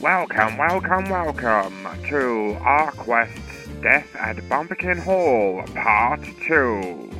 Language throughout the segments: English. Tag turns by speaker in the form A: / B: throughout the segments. A: Welcome, welcome, welcome to Our Quest's Death at Bumpkin Hall, Part 2.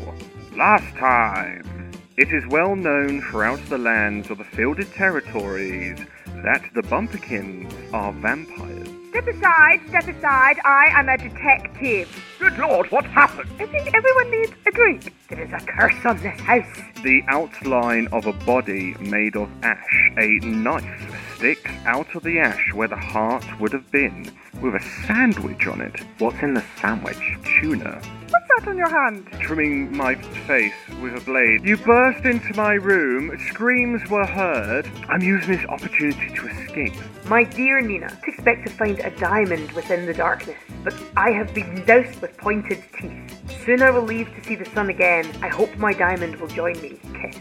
A: Last time, it is well known throughout the lands of the Fielded Territories that the Bumpkins are vampires.
B: Step aside, step aside. I am a detective.
A: Good lord, what happened?
B: I think everyone needs a drink. There is a curse on this house.
A: The outline of a body made of ash, a knife sticks out of the ash where the heart would have been, with a sandwich on it. What's in the sandwich? Tuna.
B: What's that on your hand?
A: Trimming my face with a blade. You burst into my room, screams were heard. I'm using this opportunity to escape.
B: My dear Nina, to expect to find a diamond within the darkness, but I have been doused with pointed teeth. Soon I will leave to see the sun again. I hope my diamond will join me. Kiss.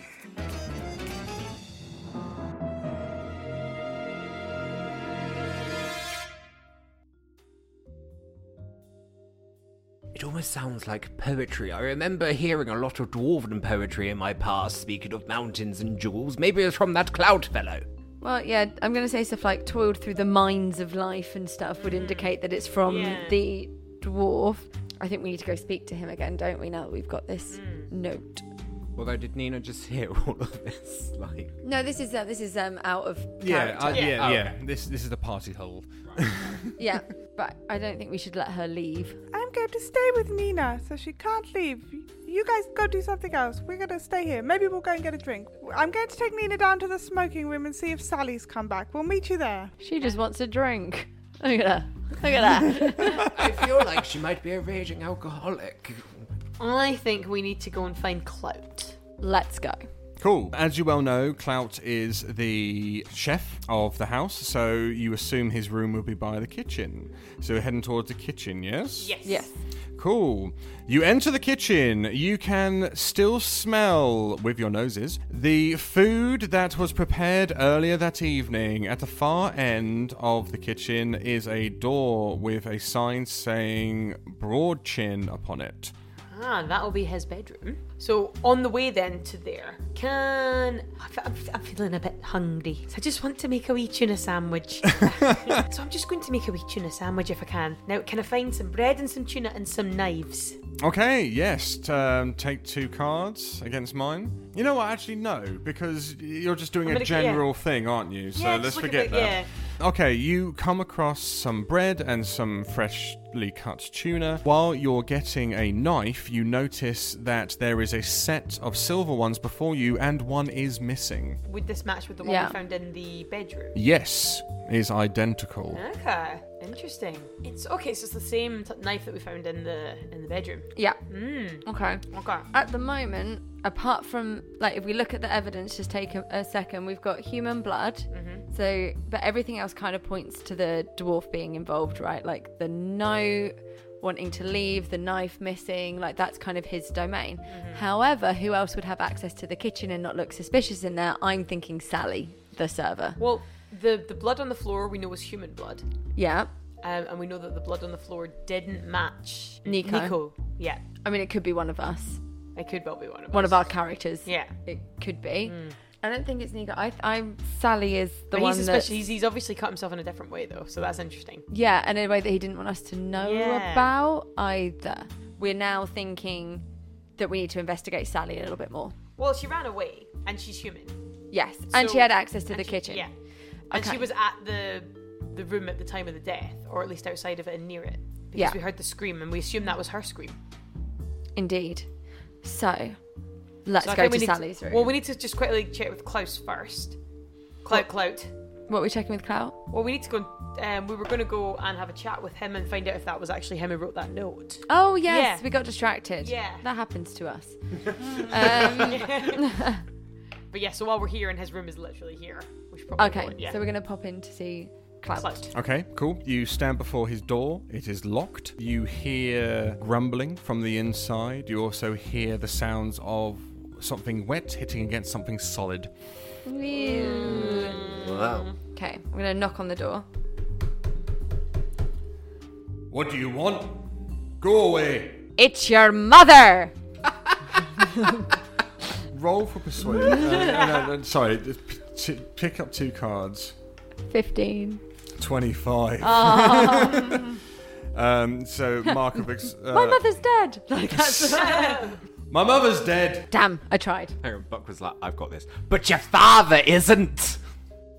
C: It almost sounds like poetry. I remember hearing a lot of dwarven poetry in my past, speaking of mountains and jewels. Maybe it was from that cloud fellow.
D: Well, yeah, I'm going to say stuff like toiled through the mines of life and stuff would indicate that it's from the dwarf. I think we need to go speak to him again, don't we, now that we've got this note?
C: Although, did Nina just hear all of this? Like,
D: No, this is uh, this is um out of
E: Yeah,
D: character.
E: uh, yeah, yeah.
C: Oh,
E: This this is the party hole.
D: yeah, but I don't think we should let her leave.
F: I'm going to stay with Nina, so she can't leave. You guys go do something else. We're going to stay here. Maybe we'll go and get a drink. I'm going to take Nina down to the smoking room and see if Sally's come back. We'll meet you there.
D: She just wants a drink. Look at her. Look at that.
C: I feel like she might be a raging alcoholic.
G: I think we need to go and find Clout.
D: Let's go.
E: Cool. As you well know, Clout is the chef of the house, so you assume his room will be by the kitchen. So we're heading towards the kitchen, yes?
G: Yes.
D: Yes.
E: Cool. You enter the kitchen. You can still smell, with your noses, the food that was prepared earlier that evening. At the far end of the kitchen is a door with a sign saying Broad Chin upon it.
G: Ah, that will be his bedroom. So on the way then to there, can I fe- I'm, I'm feeling a bit hungry. So I just want to make a wee tuna sandwich. so I'm just going to make a wee tuna sandwich if I can. Now, can I find some bread and some tuna and some knives?
E: Okay, yes. t- Um, take two cards against mine. You know what? Actually, no, because you're just doing
G: I'm
E: a
G: gonna- yeah.
E: general thing, aren't you? So
G: Yeah, just
E: let's
G: look at
E: forget
G: the-
E: that. Okay, you come across some bread and some freshly cut tuna. While you're getting a knife, you notice that there is a set of silver ones before you, and one is missing.
G: Would this match with the one
D: Yeah.
G: we found in the bedroom?
E: Yes, is identical.
G: Okay, interesting. It's okay. So it's the same t- knife that we found in the in the bedroom.
D: Yeah.
G: Mm.
D: Okay.
G: Okay.
D: At the moment, apart from like if we look at the evidence, just take a, a second. We've got human blood,
G: Mm-hmm.
D: so but everything else kind of points to the dwarf being involved, right? Like the no wanting to leave, the knife missing, like that's kind of his domain.
G: Mm-hmm.
D: However, who else would have access to the kitchen and not look suspicious in there? I'm thinking Sally, the server.
G: Well, the the blood on the floor we know was human blood.
D: Yeah.
G: Um, and we know that the blood on the floor didn't match
D: Nico.
G: Nico. Yeah,
D: I mean, it could be one of us,
G: it could well be one of
D: one
G: us.
D: of our characters.
G: Yeah. Mm.
D: It could be. I don't think it's Nico. I, I'm Sally is the
G: But
D: one
G: he's,
D: that.
G: suspicious. he's he's obviously cut himself in a different way though, so that's interesting.
D: Yeah, and in a way that he didn't want us to know
G: Yeah.
D: about either. We're now thinking that we need to investigate Sally a little bit more.
G: Well, she ran away, and she's human.
D: Yes, and she
G: So-
D: had access to
G: and
D: the
G: she-
D: kitchen.
G: Yeah, and
D: Okay.
G: she was at the the room at the time of the death, or at least outside of it and near it, because
D: Yeah.
G: we heard the scream, and we assumed that was her scream.
D: Indeed. So, Let's
G: So I
D: go
G: think
D: to
G: we need
D: Sally's room.
G: Well, we need to just quickly check with Klaus first. Clout, clout.
D: What are we checking with Clout?
G: Well, we need to go. Um, we were going to go and have a chat with him and find out if that was actually him who wrote that note.
D: Oh yes,
G: Yeah.
D: we got distracted.
G: Yeah. Oh,
D: that happens to us. um,
G: But yeah, so while we're here, and his room is literally here, we should probably
D: okay,
G: go in. yeah.
D: so we're gonna pop in to see Clout.
G: Clout.
E: Okay, cool. You stand before his door. It is locked. You hear grumbling from the inside. You also hear the sounds of something wet hitting against something solid.
C: Wow.
D: Okay, I'm gonna knock on the door.
E: What do you want? Go away.
D: It's your mother.
E: Roll for persuasion. uh, no, no, sorry, just p- t- pick up two cards.
D: Fifteen.
E: 25. um, so, Mark of. Ex- uh,
D: Oh. My mother's dead. Like that's.
E: my mother's dead.
D: Damn, I tried.
C: Hang on, Buck was like, I've got this. But your father isn't!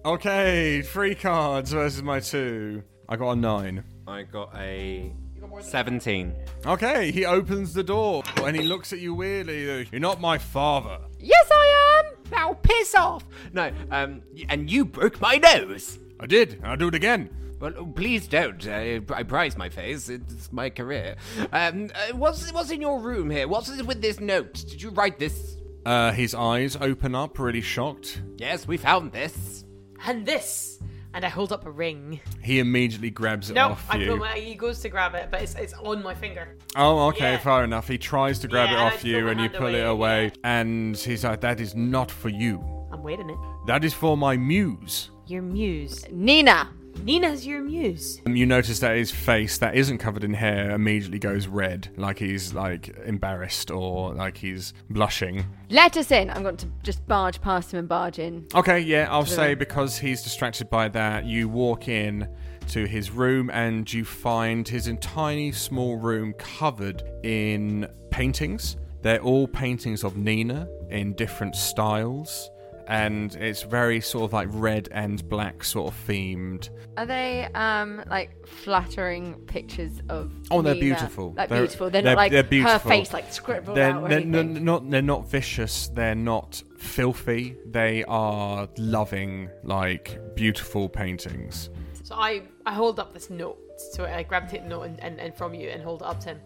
E: Okay, three cards versus my two. I got a nine.
C: I got a 17.
E: Okay, he opens the door and he looks at you weirdly. You're not my father.
D: Yes, I am.
C: Now piss off! No, um, y- and you broke my nose!
E: I did. I'll do it again.
C: Well, oh, please don't. I, I prize my face. It's my career. Um, uh, what's what's in your room here? What's with this note? Did you write this?
E: Uh, his eyes open up, really shocked.
C: Yes, we found this.
G: And this, and I hold up a ring.
E: He immediately grabs it
G: No,
E: off
G: I
E: you.
G: pull my. He goes to grab it, but it's it's on my finger.
E: Oh, okay,
G: Yeah.
E: fair enough. He tries to grab
G: Yeah, and I
E: it off
G: pull
E: you
G: my
E: and you
G: hand
E: pull it
G: away,
E: away. And he's like, That is not for you.
G: I'm waiting it.
E: That is for my muse.
G: Your muse.
D: Nina.
G: Nina's your muse.
E: Um, You notice that his face, that isn't covered in hair, immediately goes red, like he's like embarrassed or like he's blushing.
D: Let us in. I'm going to just barge past him and barge in.
E: Okay, yeah, I'll say because he's distracted by that, you walk in to his room and you find his tiny small room covered in paintings. They're all paintings of Nina in different styles, and it's very sort of like red and black sort of themed.
D: Are they um like flattering pictures of?
E: Oh, they're
D: Nina?
E: beautiful.
D: Like beautiful. They're, not like her face like scribbled
E: they're,
D: out or
E: they're n-
D: anything.
E: not, they're not vicious. They're not filthy. They are loving, like beautiful paintings.
G: So I I hold up this note. So I grab the note and, and, and from you and hold it up to him,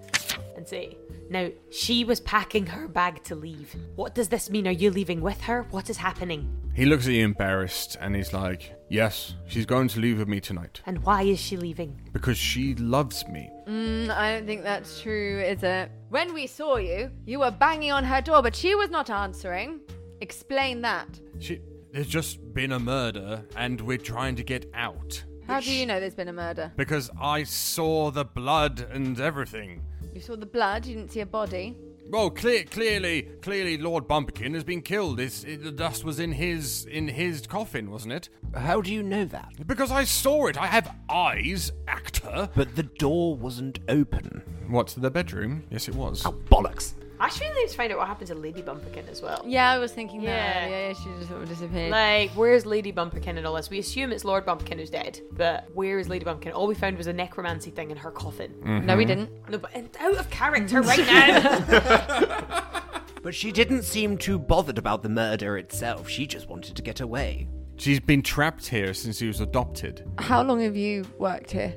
G: and say, "Now she was packing her bag to leave. What does this mean? Are you leaving with her? What is happening?
E: He looks at you embarrassed and he's like, Yes, she's going to leave with me tonight
G: And why is she leaving?
E: because she loves me.
D: Mm, I don't think that's true, is it? When we saw you, you were banging on her door, but she was not answering. Explain that.
E: She, there's just been a murder and we're trying to get out
D: How do you know there's been a murder?
E: because I saw the blood and everything.
D: You saw the blood, you didn't see a body.
E: Well, clear, clearly, clearly, Lord Bumpkin has been killed. It's, it, the dust was in his in his coffin, wasn't it?
C: How do you know that?
E: Because I saw it. I have eyes, actor.
C: But the door wasn't open.
E: What the bedroom? Yes, it was.
C: Oh, bollocks.
G: I should really need to find out what happened to Lady Bumpkin as well.
D: Yeah, I was thinking that.
G: Yeah.
D: Yeah, yeah, she just sort of disappeared.
G: Like, where's Lady Bumpkin and all this? We assume it's Lord Bumpkin who's dead, but where is Lady Bumpkin? All we found was a necromancy thing in her coffin.
E: Mm-hmm.
D: No, we didn't.
G: No, but and out of character right now.
C: But she didn't seem too bothered about the murder itself. She just wanted to get away.
E: She's been trapped here since she was adopted.
D: How long have you worked here?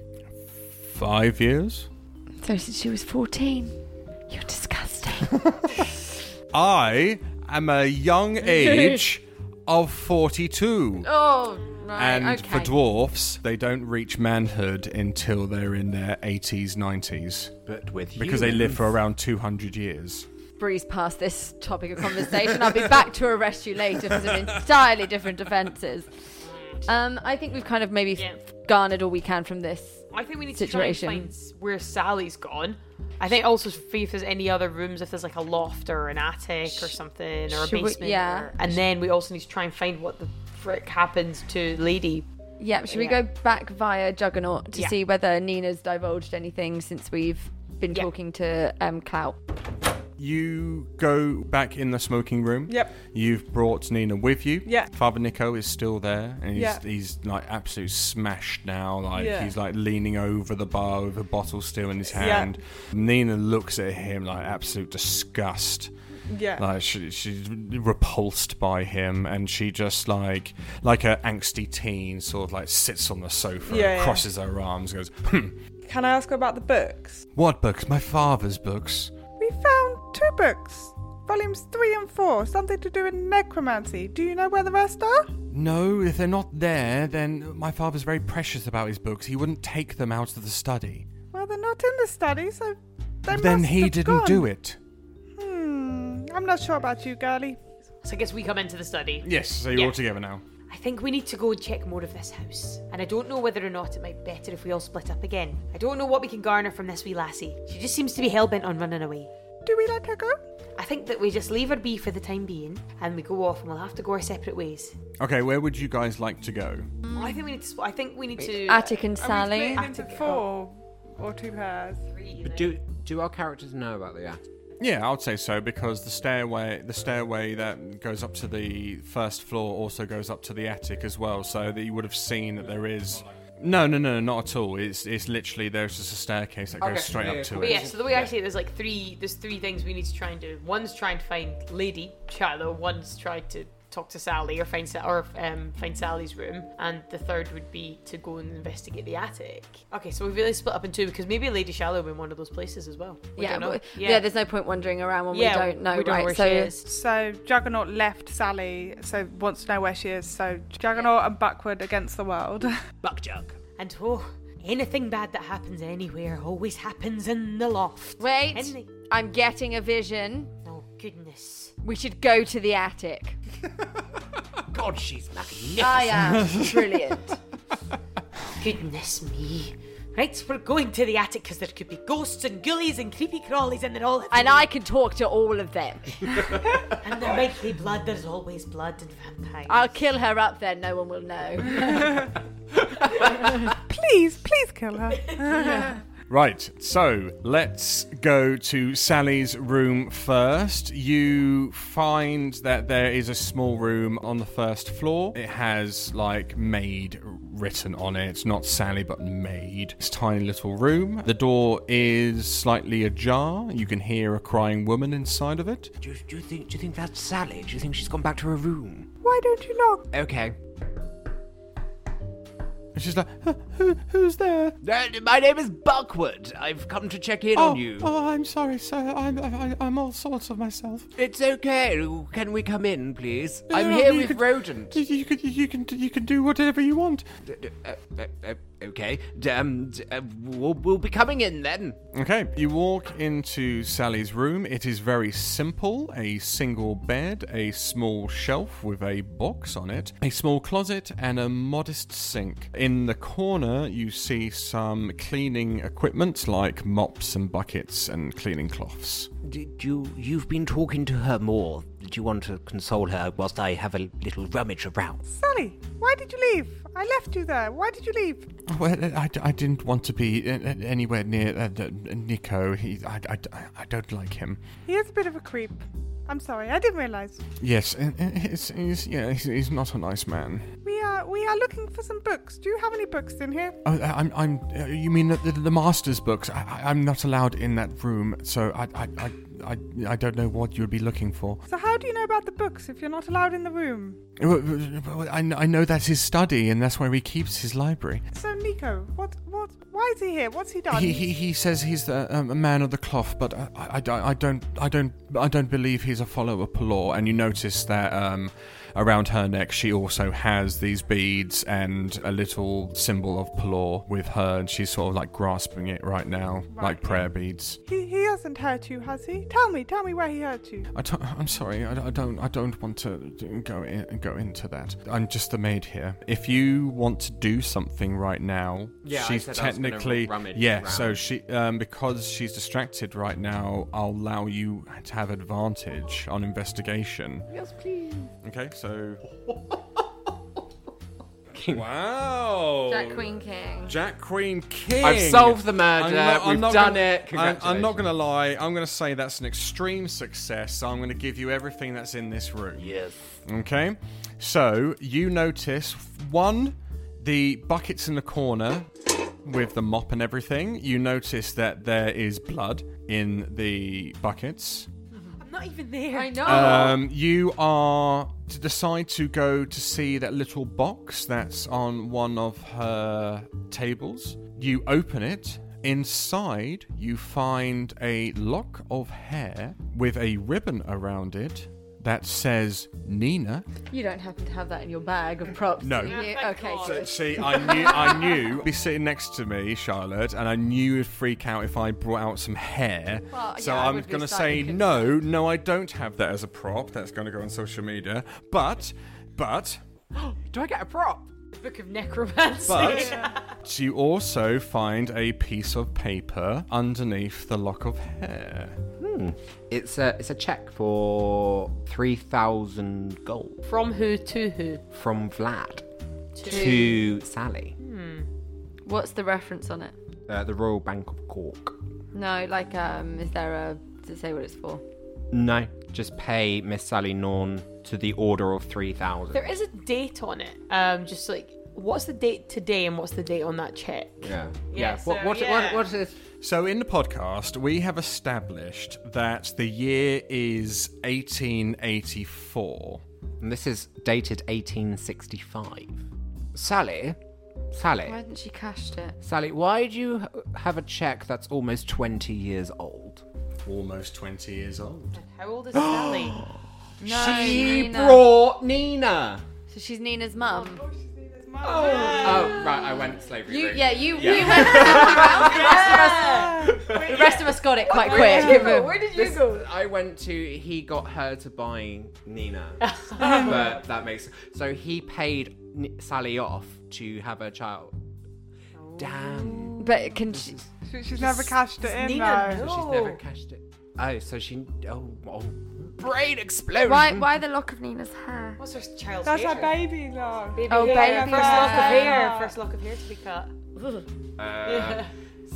E: Five years.
D: So since she was 14. You're disgusting.
E: I am a young age of 42.
D: oh, right.
E: and
D: okay.
E: for dwarfs, they don't reach manhood until they're in their 80s, 90s.
C: But with
E: Because they live for around 200 years.
D: breeze past this topic of conversation. I'll be back to arrest you later for some entirely different offences. Um, I think we've kind of maybe
G: Yeah.
D: garnered all we can from this.
G: I think we need
D: Situation.
G: to try and find s- where Sally's gone. I think also see if there's any other rooms, if there's like a loft or an attic or something, or a
D: should we-
G: basement.
D: yeah.
G: or- and then we also need to try and find what the frick happened to Lady.
D: Yeah, should we go back via Juggernaut to
G: Yeah.
D: see whether Nina's divulged anything since we've been
G: Yeah.
D: talking to um, Clout?
E: You go back in the smoking room.
F: Yep.
E: You've brought Nina with you.
F: Yeah.
E: Father Nico is still there, and he's,
F: Yeah.
E: he's like absolutely smashed now. Like
F: Yeah.
E: he's like leaning over the bar with a bottle still in his
F: Yeah.
E: hand. Nina looks at him like absolute disgust.
F: Yeah.
E: Like she, she's repulsed by him, and she just like like a angsty teen sort of like sits on the sofa,
F: Yeah,
E: and
F: yeah.
E: crosses her arms, goes, hmm,
F: Can I ask about the books?
E: "What books? My father's books."
F: We found two books, volumes three and four, something to do with necromancy. Do you know where the rest are?
E: No, if they're not there, then my father's very precious about his books. He wouldn't take them out of the study.
F: Well, they're not in the study, so they
E: then
F: must
E: he
F: have
E: didn't do
F: gone.
E: it.
F: Hmm. I'm not sure about you, girlie.
G: So I guess we come into the study.
E: Yes, so you're
G: Yeah.
E: all together now.
G: I think we need to go and check more of this house. And I don't know whether or not it might be better if we all split up again. I don't know what we can garner from this wee lassie. She just seems to be hell bent on running away.
F: Do we let her go?
G: I think that we just leave her be for the time being and we go off and we'll have to go our separate ways. Oh,
E: Okay, where would you guys like to go?
G: I think we need to spl- I think we need to
D: Attic and
F: Are we
D: Sally.
F: splitting into four or two pairs?
C: But do do our characters know about the attic?
E: Yeah, I would say so because the stairway, the stairway that goes up to the first floor, also goes up to the attic as well. So that you would have seen that there is. No, no, no, not at all. It's it's literally there's just a staircase that goes
C: Okay,
E: straight
C: yeah, yeah,
E: up to
C: cool.
G: But
E: it.
G: yeah, so the way I see it, there's like three. There's three things we need to try and do. One's try and find Lady Shiloh. One's try to talk to Sally or find Sa- or um, find Sally's room, and the third would be to go and investigate the attic. Okay, so we've really split up in two because maybe Lady Shiloh in one of those places as well. We
D: Yeah,
G: don't know.
D: but- yeah. There's no point wandering around when
G: Yeah,
D: we don't know,
G: we don't
D: right?
G: know where
D: so
G: she is.
F: So Juggernaut left Sally, so wants to know where she is. So Juggernaut and Buckward against the world.
C: Buckjug.
G: And oh, anything bad that happens anywhere always happens in the loft.
D: wait,
G: In the-
D: I'm getting a vision.
G: oh goodness.
D: We should go to the attic.
C: God, she's magnificent.
D: I am Oh, brilliant.
G: Goodness me. Right, we're going to the attic because there could be ghosts and ghoulies and creepy crawlies and they're all.
D: And I can talk to all of them.
G: And there might be blood, there's always blood and vampires.
D: I'll kill her up then, no one will know.
F: please, please kill her. Uh,
E: Right, so let's go to Sally's room first. You find that there is a small room on the first floor. It has like maid written on it. It's not Sally, but maid. It's a tiny little room. The door is slightly ajar. You can hear a crying woman inside of it.
C: Do, you- do you think do you think that's Sally? Do you think she's gone back to her room?
F: Why don't you knock?
C: Okay.
E: And she's like, "Huh, who, Who's there?
C: Uh, my name is Buckwood. I've come to check in
E: oh,
C: on you.
E: oh, I'm sorry, sir. I'm, I, I'm all sorts of myself.
C: It's okay. Can we come in, please?
E: No,
C: I'm
E: no,
C: here
E: you
C: with
E: could-
C: Rodent.
E: You, you, could, you, can, you can do whatever you want.
C: D- d- uh, uh, uh, okay. D- um, d- uh, we'll, we'll be coming in then.
E: Okay, you walk into Sally's room. It is very simple a single bed, a small shelf with a box on it, a small closet, and a modest sink. In the corner, you see some cleaning equipment like mops and buckets and cleaning cloths.
C: Did you? You've been talking to her more. Did you want to console her whilst I have a little rummage around?
F: Sally, why did you leave? I left you there. Why did you leave?
E: Well, I, I didn't want to be uh, uh, anywhere near uh, uh, Nico. He, I, I, I don't like him.
F: He is a bit of a creep. I'm sorry, I didn't realise.
E: Yes, and- and he's, he's, yeah, he's, he's not a nice man.
F: We are we are looking for some books. Do you have any books in here?
E: Oh, I- I'm, I'm. uh, You mean the, the, the master's books? I, I- I'm not allowed in that room, so I, I, I, I, I don't know what you'd be looking for. Uh,
F: So how do you know about the books if you're not allowed in the room?
E: Well, well, I, kn- I know that's his study, and that's where he keeps his library.
F: So Nico, what what why is he here? What's he done?
E: He, he, he says he's the, um, a man of the cloth, but I, I, I don't- I don't, I don't, I don't believe he's a follower of Pelor. And you notice that um, around her neck, she also has these beads and a little symbol of Pelor with her, and she's sort of like grasping it right now, like prayer beads.
F: he, he hasn't hurt you, has he? Tell me, tell me where he hurt you.
E: I don't, I'm sorry. I, don't- I don't. I don't want to go in, go into that. I'm just the maid here. If you want to do something right now,
C: Yeah, I
E: she's
C: said I was gonna
E: technically
C: rummage
E: yeah.
C: round.
E: So she um, because she's distracted right now, I'll allow you to have advantage on investigation. Yes, please. Okay, so. wow.
D: Jack Queen King.
E: Jack Queen King.
C: I've solved the murder. We've done
E: gonna,
C: it.
E: I'm, I'm
C: Congratulations.
E: not going to lie. I'm going to say that's an extreme success. So I'm going to give you everything that's in this room.
C: Yes.
E: Okay. So you notice one, the buckets in the corner with the mop and everything. You notice that there is blood in the buckets.
G: not even there.
D: I know.
E: Um, you are to decide to go to see that little box that's on one of her tables. You open it. Inside, you find a lock of hair with a ribbon around it that says Nina.
D: you don't happen to have that in your bag of props.
E: No.
D: do you? okay.
E: So,
D: good.
E: see, I knew, I knew, be sitting next to me, Charlotte, and I knew you'd freak out if I brought out some hair.
D: Well,
E: so
D: yeah, I
E: I'm
D: would be
E: gonna
D: slightly
E: say
D: confused.
E: no, no, I don't have that as a prop. That's gonna go on social media. But, but,
C: Do I get a prop?
G: Book of Necromancy.
E: but, you also find a piece of paper underneath the lock of hair.
C: It's a it's a check for three thousand gold
G: From who to who?
C: from Vlad to, Sally,
D: What's the reference on it?
C: uh, the Royal Bank of Cork.
D: No, like, um, is there a. Does it say what it's for?
C: No, just pay Miss Sally Norn to the order of three thousand.
G: There is a date on it. Um, just like what's the date today and what's the date on that check?
C: Yeah.
G: Yeah,
C: what,
G: so,
C: what,
G: yeah.
C: what, what is?
E: So, in the podcast, we have established that the year is 1884.
C: And this is dated 1865. Sally, Sally,
D: Why hadn't she cashed it?
C: Sally, why do you h- have a check that's almost 20 years old?
E: Almost 20 years old.
G: How old is Sally?
D: No,
C: she
D: Nina.
C: brought Nina.
D: So she's Nina's mum.
C: Oh, right, I went slavery.
D: You,
C: route.
D: yeah, you, you went somewhere else. The rest of us, the rest of us got it quite quick.
G: did
C: This- I went to. He got her to buy Nina,
D: Oh.
C: but that makes so he paid N- Sally off to have her child. Damn,
D: But can she,
F: She, she's never cashed it in,
G: Nina,
F: though.
G: no.
C: she's never cashed it. Oh, so she. Oh, oh brain explosion.
D: why? Why the lock of Nina's hair?
G: What's her child's
F: That's
G: hair?
F: her baby, though.
D: Oh,
G: hair,
D: baby
G: First lock of
D: hair.
G: hair. First lock of hair to be cut.
C: Uh,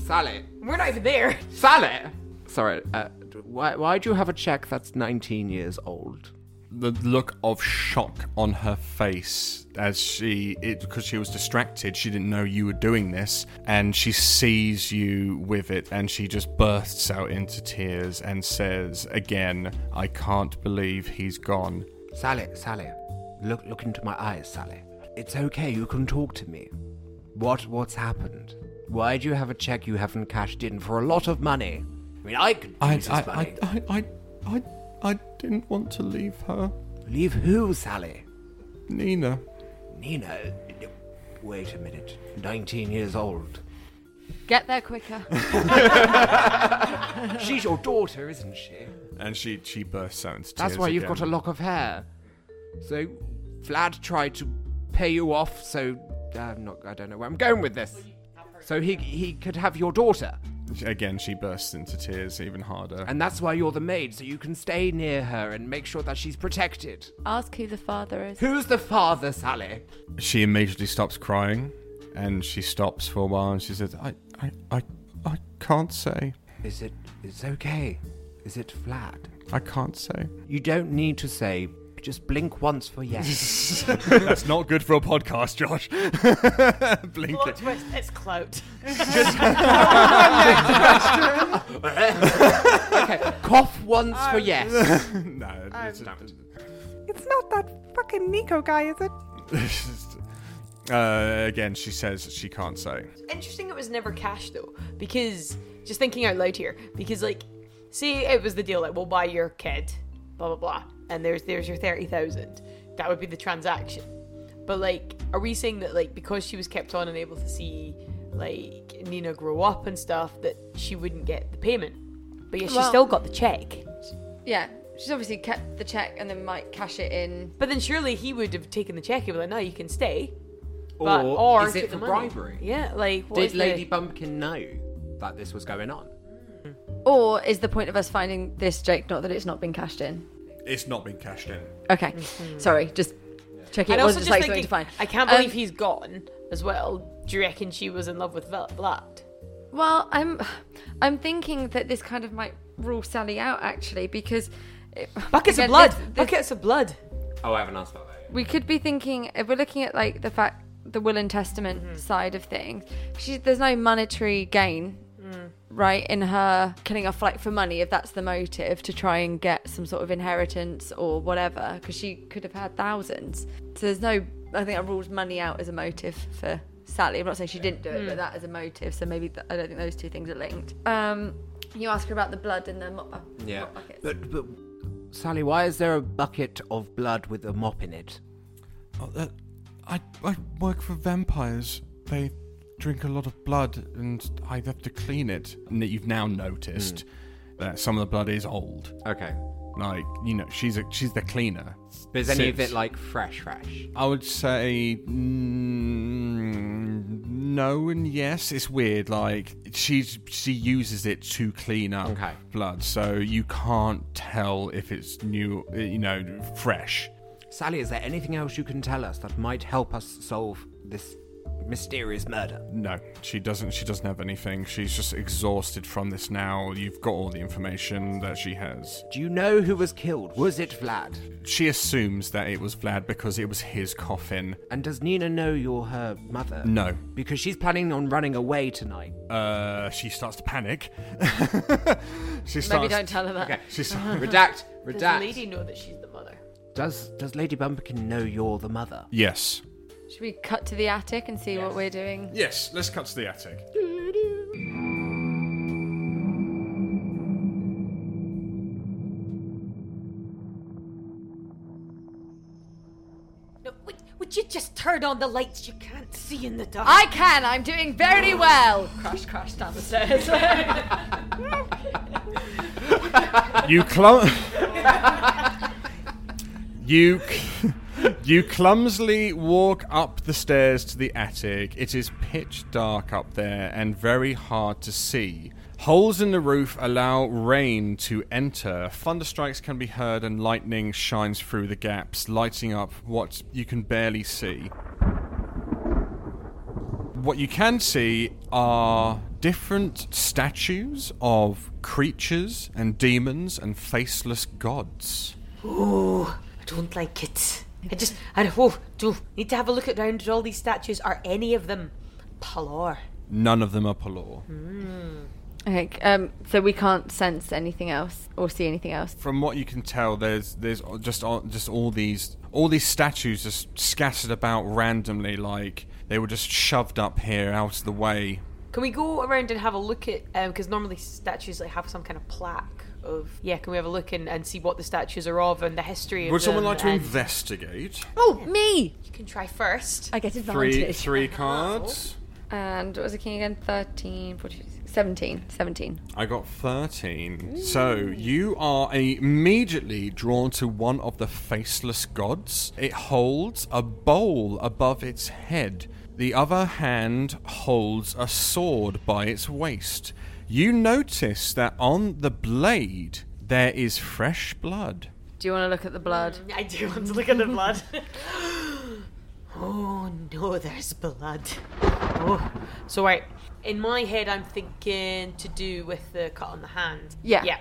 C: Sally,
G: We're not even there.
C: Sally. Sorry. Uh, d- why? Why do you have a check that's 19 years old?
E: the look of shock on her face as she it because she was distracted she didn't know you were doing this and she sees you with it and she just bursts out into tears and says again i can't believe he's gone
C: Sally, Sally, look look into my eyes, Sally. It's okay, you can talk to me. What what's happened? Why do you have a check you haven't cashed in for a lot of money? I mean, I could use
E: i
C: this
E: i
C: money.
E: i i i, I, I didn't want to leave her
C: Leave who, Sally?
E: nina
C: Nina. Wait a minute. 19 years old.
D: Get there quicker.
C: She's your daughter, isn't she?
E: and she she bursts out into tears
C: That's why you've got a
E: again.
C: lock of hair. So, Vlad tried to pay you off, so uh, I'm not. I don't know where I'm going with this. So he he could have your daughter.
E: again she bursts into tears even harder
C: And that's why you're the maid, so you can stay near her and make sure that she's protected.
D: Ask who the father is.
C: Who's the father, Sally?
E: she immediately stops crying and she stops for a while and she says i i i, I can't say
C: Is it. It's okay. Is it Vlad?
E: i can't say
C: You don't need to say. Just blink once for yes.
E: that's not good for a podcast josh blink
G: Plot twist. It's clout.
C: okay, cough once for yes.
E: no it's
F: It's not that fucking Nico guy, is it?
E: just- uh, again she says she can't say
G: Interesting. It was never cash though, because just thinking out loud here, because like, see, it was the deal like we'll buy your kid, blah blah blah, and there's there's your thirty thousand. That would be the transaction. But like, are we saying that like because she was kept on and able to see like Nina grow up and stuff that she wouldn't get the payment? But yeah, she
D: Well-
G: still got the check.
D: Yeah, she's obviously kept the check and then might cash it in.
G: But then surely he would have taken the check and be like, no, you can stay. But,
C: Or
G: or
C: is it
G: took the
C: for
G: money.
C: bribery?
G: Yeah, like what is
C: Did
G: the-
C: Lady Bumpkin know that this was going on?
D: Or is the point of us finding this Jake not that it's not been cashed in?
E: it's not been cashed in
D: Okay, sorry, just checking.
G: Mm-hmm. And
D: It
G: also
D: wasn't
G: just
D: just like
G: thinking,
D: something to find.
G: I can't
D: Um,
G: believe he's gone as well. Do you reckon she was in love with Vel- Vlad?
D: Well, I'm, I'm thinking that this kind of might rule Sally out actually because. It,
G: Buckets
D: again,
G: of blood.
D: this- this-
G: Buckets of blood.
C: Oh, I haven't asked about that yet.
D: we could be thinking if we're looking at like the fact the will and testament side of things she, there's no monetary gain right in her killing off like for money if that's the motive to try and get some sort of inheritance or whatever because she could have had thousands so there's no i think i ruled money out as a motive for sally i'm not saying she didn't do it but that as a motive so maybe th- i don't think those two things are linked um you ask her about the blood and the mop, bu-
C: Yeah.
D: mop buckets.
C: But, but, Sally, why is there a bucket of blood with a mop in it?
E: Oh, that, I, I work for vampires. They drink a lot of blood and I have to clean it. Hmm. And that you've now noticed that some of the blood is old.
C: Okay.
E: Like, you know, she's a, she's the cleaner.
C: But is any of
E: Since-
C: it like fresh, fresh?
E: I would say mm, no and yes. It's weird. Like she's she uses it to clean up
C: Okay.
E: blood, so you can't tell if it's new. uh, You know, fresh.
C: Sally, is there anything else you can tell us that might help us solve this mysterious murder?
E: No, she doesn't. She doesn't have anything. She's just exhausted from this now. You've got all the information that she has.
C: Do you know who was killed? Was it Vlad?
E: She assumes that it was Vlad because it was his coffin.
C: And does Nina know you're her mother?
E: No.
C: Because she's planning on running away tonight.
E: Uh, she starts to panic. she starts.
D: maybe don't tell her that
C: Okay, she's redact,
G: Does
C: redact.
G: the lady know that she's the mother?
C: Does does Lady Bumpkin know you're the mother?
E: Yes.
D: should we cut to the attic and see what we're doing
E: Yes. Let's cut to the attic.
G: No, would, would you just turn on the lights? You can't see in the dark.
D: I can. I'm doing very well.
G: crash, crash down the stairs.
E: You clum. you. cl- You clumsily walk up the stairs to the attic. It is pitch dark up there and very hard to see. Holes in the roof allow rain to enter. Thunderstrikes can be heard and lightning shines through the gaps, lighting up what you can barely see. What you can see are different statues of creatures and demons and faceless gods.
G: Ooh, I don't like it. I just, I oh, do need to have a look at round at all these statues. Are any of them Palor?
E: None of them are Palor.
D: Okay. Um. So we can't sense anything else or see anything else.
E: From what you can tell, there's there's just all- just all these all these statues just scattered about randomly, like they were just shoved up here out of the way.
G: Can we go around and have a look at? Because normally statues like have some kind of plaque of. Yeah, can we have a look and, and see what the statues are of and the history of
E: Would someone
G: them
E: like to
G: and-
E: investigate?
D: Oh, me.
G: You can try first.
D: I get
E: Three
D: advantage.
E: three cards.
D: And what was the king again? 13, 14, 17. 17.
E: I got 13. So you are immediately drawn to one of the faceless gods. It holds a bowl above its head. The other hand holds a sword by its waist. You notice that on the blade there is fresh blood.
D: Do you want to look at the blood?
G: I do want to look at the blood. oh no, there's blood. Oh, so right. In my head, I'm thinking to do with the cut on the hand.
D: Yeah.
G: Yeah.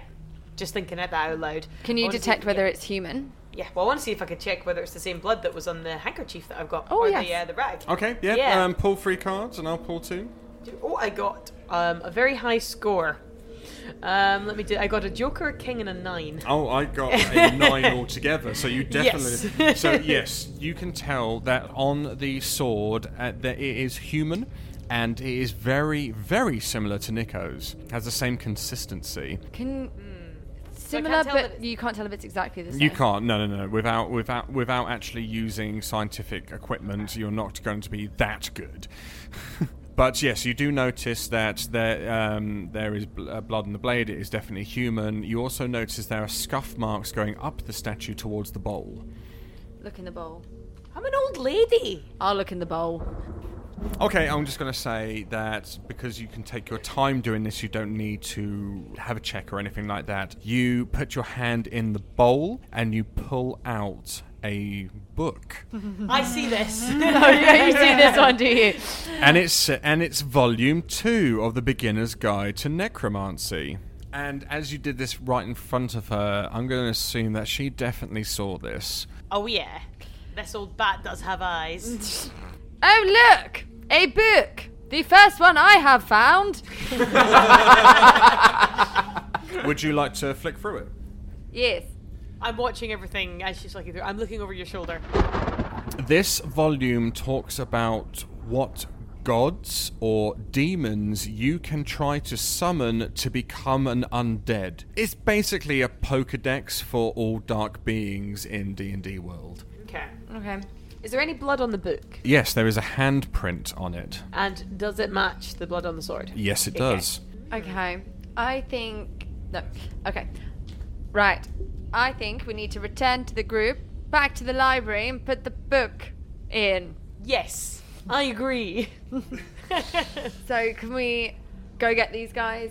G: Just thinking out that out loud.
D: Can
G: I
D: you
G: wanna see if
D: detect
G: I can
D: whether
G: get-
D: it's human?
G: Yeah. Well, I want to see if I could check whether it's the same blood that was on the handkerchief that I've got.
D: Oh,
G: or The,
D: yes.
G: uh, the rag.
E: Okay, yeah,
G: Yeah.
E: Um, pull three cards and I'll pull two.
G: Oh, I got um, a very high score. Um, let me do. I got a joker, a king, and a nine.
E: Oh, I got a nine altogether. So you definitely.
G: Yes.
E: so yes, you can tell that on the sword uh, that it is human, and it is very, very similar to Nico's. Has the same consistency.
D: Can.
G: I can't tell
D: Similar,
G: that
D: but
G: it's-
D: you can't tell if it's exactly the same.
E: You can't. No, no, no. Without, without, without actually using scientific equipment, you're not going to be that good. but yes, you do notice that there, um, there is bl- uh, blood in the blade. It is definitely human. You also notice there are scuff marks going up the statue towards the bowl.
D: Look in the bowl.
G: I'm an old lady.
D: I'll look in the bowl.
E: Okay, I'm just going to say that because you can take your time doing this, you don't need to have a check or anything like that. You put your hand in the bowl and you pull out a book.
G: I see this.
D: Oh, yeah, you see this one, do you?
E: and it's and it's volume 2 of the beginner's guide to necromancy. And as you did this right in front of her, I'm going to assume that she definitely saw this.
G: Oh yeah, this old bat does have eyes.
D: Oh, look! A book! The first one I have found.
E: Would you like to flick through it?
D: Yes.
G: I'm watching everything as she's looking through. I'm looking over your shoulder.
E: This volume talks about what gods or demons you can try to summon to become an undead. It's basically a Pokédex for all dark beings in D&D world.
G: Okay.
D: Okay. Is there any blood on the book?
E: Yes, there is a handprint on it.
G: And does it match the blood on the sword?
E: Yes, it does.
D: Okay. I think no. Okay. Right. I think we need to return to the group, back to the library, and put the book in.
G: Yes. I agree.
D: So can we go get these guys?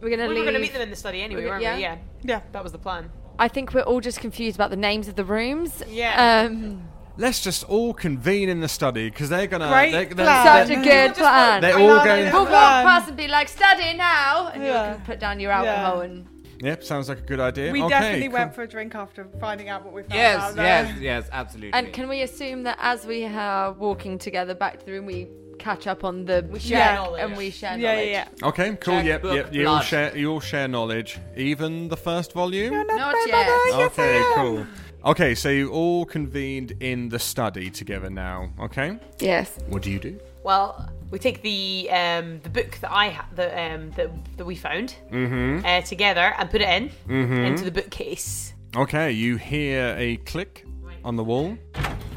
D: We're gonna
G: We
D: leave.
G: were going to meet them in the study anyway,
D: We're
G: weren't
D: go-
G: we?
D: yeah.
G: Yeah.
F: Yeah.
G: That was the plan.
D: I think we're all just confused about the names of the rooms.
G: Yeah.
D: Um,
E: Let's just all convene in the study because they're gonna.
F: Great
E: they're, they're,
F: plan.
E: they're-
D: such a good plan.
E: they're
F: I
E: all
F: love
E: going.
F: it.
D: We'll walk
F: plan.
D: past and be like, study now, and
F: Yeah.
D: you can put down your alcohol and
E: Yep, sounds like a good idea.
F: We
E: okay,
F: definitely
E: cool.
F: went for a drink after finding out what we found
C: Yes,
F: out. there.
C: yes, yes, absolutely.
D: and can we assume that as we are walking together back to the room, we catch up on the we
G: share knowledge.
D: and we share
F: Yeah, yeah,
D: knowledge.
F: yeah.
E: Okay, cool. Yep,
C: Textbook
E: yep. You all
C: blood.
E: share. You all share knowledge. Even the first volume.
F: You're not
D: Not
F: my
D: yet.
F: mother, yes, I
E: okay,
F: am.
E: cool. Okay, so you all convened in the study together now. Okay,
D: Yes.
E: what do you do?
G: Well, we take the um, the book that I ha- that, um, that that we found uh, together and put it in into the bookcase.
E: Okay, you hear a click on the wall.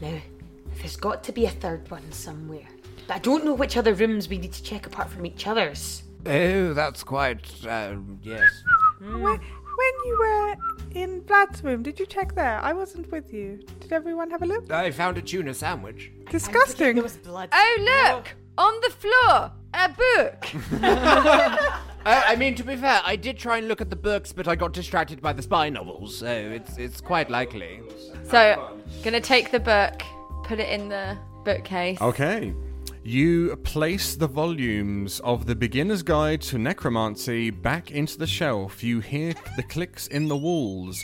G: Now, there's got to be a third one somewhere. But I don't know which other rooms we need to check apart from each other's.
C: Oh, that's quite. Um, yes.
F: When, when you were in Vlad's room, did you check there? I wasn't with you. Did everyone have a look?
C: I found a tuna sandwich.
F: Disgusting.
G: blood.
D: Oh look on the floor a book.
C: Uh, I mean, to be fair, I did try and look at the books, but I got distracted by the spy novels, so it's it's quite likely.
D: so gonna take the book, put it in the bookcase.
E: Okay. You place the volumes of the Beginner's Guide to Necromancy back into the shelf. You hear the clicks in the walls.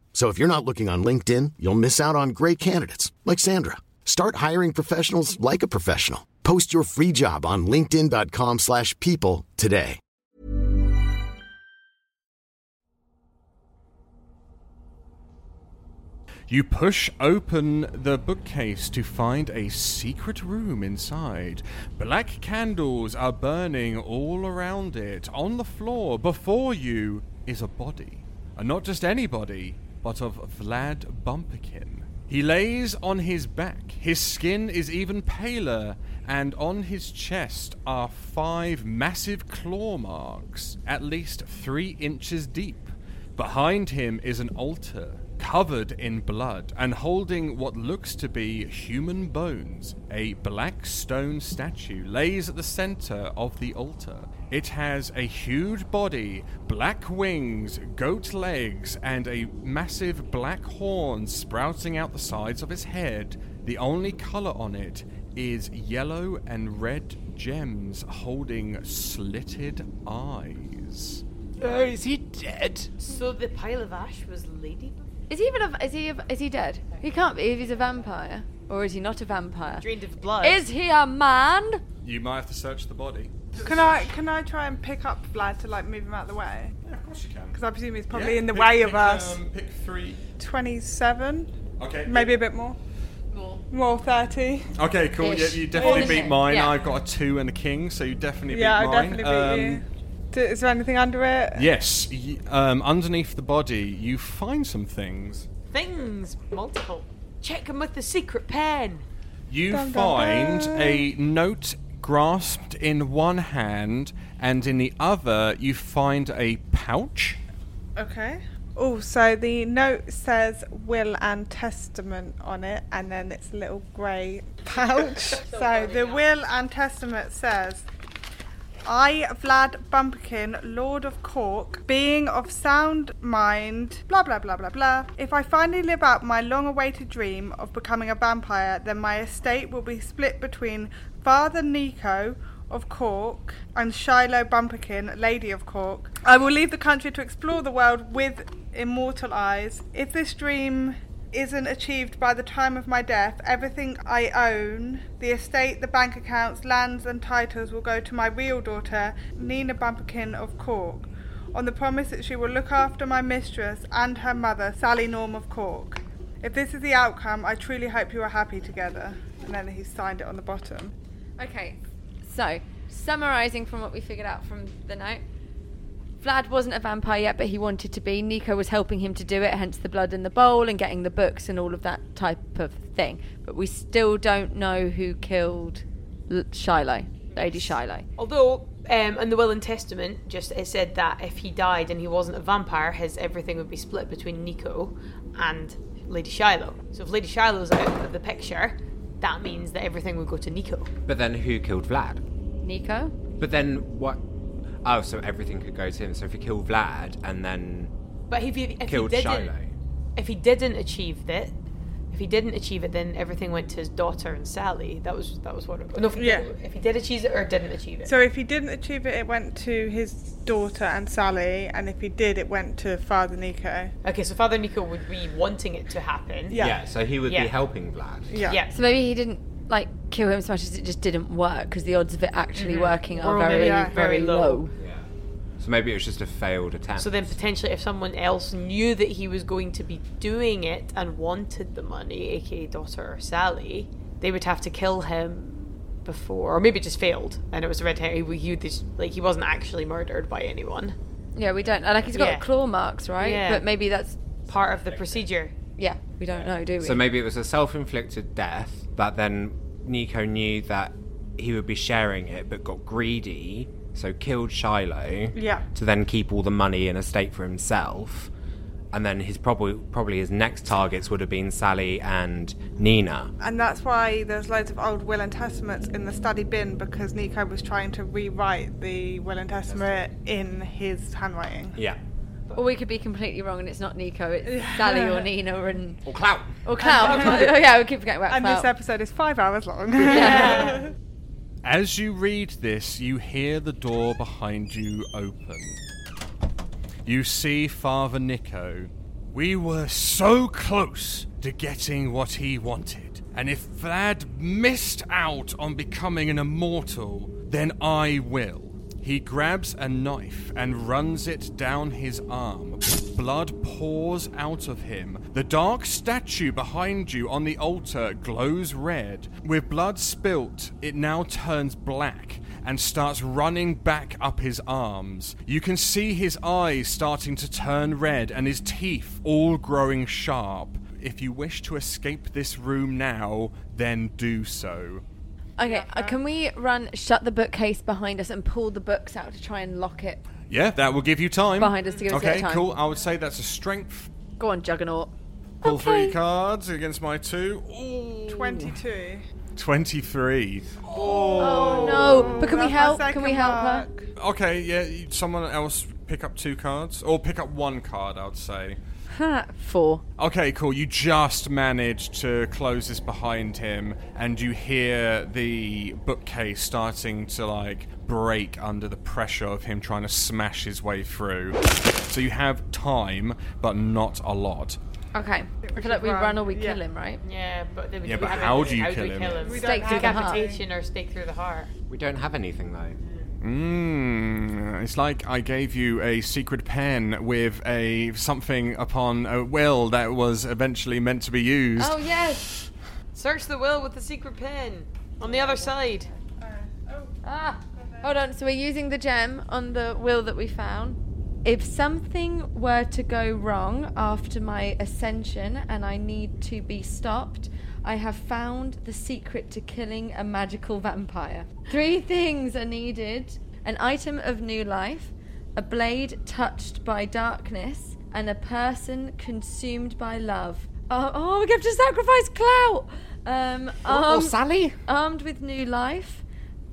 H: So if you're not looking on LinkedIn, you'll miss out on great candidates like Sandra. Start hiring professionals like a professional. Post your free job on linkedin.com/people slash people today.
E: You push open the bookcase to find a secret room inside. Black candles are burning all around it. On the floor before you is a body. And not just any body, but of Vlad Bumperkin. He lays on his back. His skin is even paler, and on his chest are five massive claw marks, at least three inches deep. Behind him is an altar covered in blood and holding what looks to be human bones. A black stone statue lays at the center of the altar. It has a huge body, black wings, goat legs, and a massive black horn sprouting out the sides of its head. The only color on it is yellow and red gems holding slitted eyes.
C: Oh, is he dead?
G: So the pile of ash was Lady
D: Is he even a, is he a- is he dead? He can't be if he's a vampire, or is he not a vampire?
G: drained of blood.
D: Is he a man?
E: You might have to search the body.
F: Can I can I try and pick up Vlad to like move him out of the way?
E: Yeah, of course you can.
F: Because I presume he's probably in the way of us.
E: pick three.
F: Twenty-seven,
E: Okay.
F: maybe a bit more. More thirty.
E: Okay, cool. Yeah,
D: Ish.
E: you
D: Or
E: definitely
D: the
E: beat
D: same.
E: mine.
D: Yeah.
E: I got a two and a king, so you definitely
F: Yeah,
E: beat
F: I
E: mine. um,
F: definitely beat you. D- Is there anything under it?
E: Yes, y- um, underneath the body, you find some things.
G: Things, multiple. Check them with the secret pen.
E: You
F: Dun, dun,
E: find
F: dun.
E: a note grasped in one hand, and in the other, you find a pouch.
F: Okay. Also, Oh, the note says will and testament on it, and then it's a little grey pouch. so the will and testament says. I, Vlad Bumpkin, Lord of Cork, being of sound mind, blah blah blah blah blah. If I finally live out my long awaited dream of becoming a vampire, then my estate will be split between Father Nico of Cork and Shiloh Bumpkin, Lady of Cork. I will leave the country to explore the world with immortal eyes. If this dream isn't achieved by the time of my death, everything I own, the estate, the bank accounts, lands, and titles will go to my real daughter, Nina Bumpkin of Cork, on the promise that she will look after my mistress and her mother, Sally Norm of Cork. If this is the outcome, I truly hope you are happy together. And then he signed it on the bottom.
D: Okay, so summarizing from what we figured out from the note, Vlad wasn't a vampire yet, but he wanted to be. Nico was helping him to do it, hence the blood in the bowl and getting the books and all of that type of thing. But we still don't know who killed L- Shiloh, Lady Shiloh.
G: Although, um, in the will and testament, just it said that if he died and he wasn't a vampire, his everything would be split between Nico and Lady Shiloh. So if Lady Shiloh's out of the picture, that means that everything would go to Nico.
C: But then who killed Vlad?
D: Nico?
C: But then what? Oh, so everything could go to him. So if you kill Vlad and then
G: But if he, if he
C: killed
G: didn't,
C: Shiloh,
G: if he didn't achieve it, if he didn't achieve it, then everything went to his daughter and Sally. That was that was what. It, no, if,
F: Yeah.
G: if he did achieve it or didn't achieve it.
F: So if he didn't achieve it, it went to his daughter and Sally, and if he did, it went to Father Nico.
G: okay, so Father Nico would be wanting it to happen.
F: Yeah.
C: so he would
G: Yeah.
C: be helping Vlad.
F: Yeah.
G: Yes.
D: So maybe he didn't like kill him so much as it just didn't work because the odds of it actually working are
G: Or maybe
D: very, very
G: Mm-hmm. very low.
D: low.
C: So maybe it was just a failed attempt.
G: So then potentially if someone else knew that he was going to be doing it and wanted the money, aka daughter or Sally, they would have to kill him before or maybe just failed and it was a red herring he, he, this- like he wasn't actually murdered by anyone
D: Yeah, we don't. Like he's got
G: Yeah.
D: claw marks, right?
G: Yeah.
D: But maybe that's.
G: part of the procedure
D: Yeah, we don't know, do we?
C: So maybe it was a self-inflicted death, but then Nico knew that he would be sharing it, but got greedy, so killed Shiloh.
F: Yeah.
C: To then keep all the money in a state for himself, and then his probably probably his next targets would have been Sally and Nina.
F: And that's why there's loads of old will and testaments in the study bin because Nico was trying to rewrite the will and testament in his handwriting.
C: Yeah.
D: Or we could be completely wrong and it's not Nico, it's Sally or Nina and
C: Or clout.
D: or Cloud. oh yeah, we keep forgetting about
F: And
D: Cloud.
F: this episode is five hours long.
E: As you read this, you hear the door behind you open. You see Father Nico. We were so close to getting what he wanted. And if Vlad missed out on becoming an immortal, then I will. He grabs a knife and runs it down his arm. Blood pours out of him. The dark statue behind you on the altar glows red. With blood spilt, it now turns black and starts running back up his arms. You can see his eyes starting to turn red and his teeth all growing sharp. If you wish to escape this room now, then do so.
D: okay, uh, can we run shut the bookcase behind us and pull the books out to try and lock it?
E: Yeah, that will give you time.
D: Behind us to give us a
E: Okay,
D: bit of time.
E: cool. I would say that's a strength.
D: Go on, Juggernaut.
E: Pull three
D: Oh,
E: cards against my two. Ooh.
F: 22.
E: 23.
D: Oh no. But can we
F: That's my
D: help? Can
F: second
D: we help her?
F: mark.
E: Okay, yeah, you- someone else pick up two cards. Or pick up one card, I would say.
D: Ha, Four.
E: Okay, cool. You just managed to close this behind him, and you hear the bookcase starting to like break under the pressure of him trying to smash his way through. So you have time, but not a lot.
D: Okay. I feel like we
F: run.
D: run or we
F: Yeah.
D: kill him, right?
G: yeah but, then we-
E: Yeah,
G: we
E: but
G: haven't-
E: how do you
G: how
E: kill
G: we
E: him?
G: kill him
F: We don't
D: Stake through
F: have
D: the heart.
G: decapitation or stake through the heart
C: We don't have anything though.
E: Mm, it's like I gave you a secret pen with a something upon a will that was eventually meant to be used.
D: Oh yes.
G: search the will with the secret pen on the other side
D: Ah. Hold on. So we're using the gem on the will that we found. If something were to go wrong after my ascension and I need to be stopped, I have found the secret to killing a magical vampire. Three things are needed an item of new life, a blade touched by darkness, and a person consumed by love. Oh, oh we have to sacrifice Clout! Um, armed-
C: Sally?
D: Armed with new life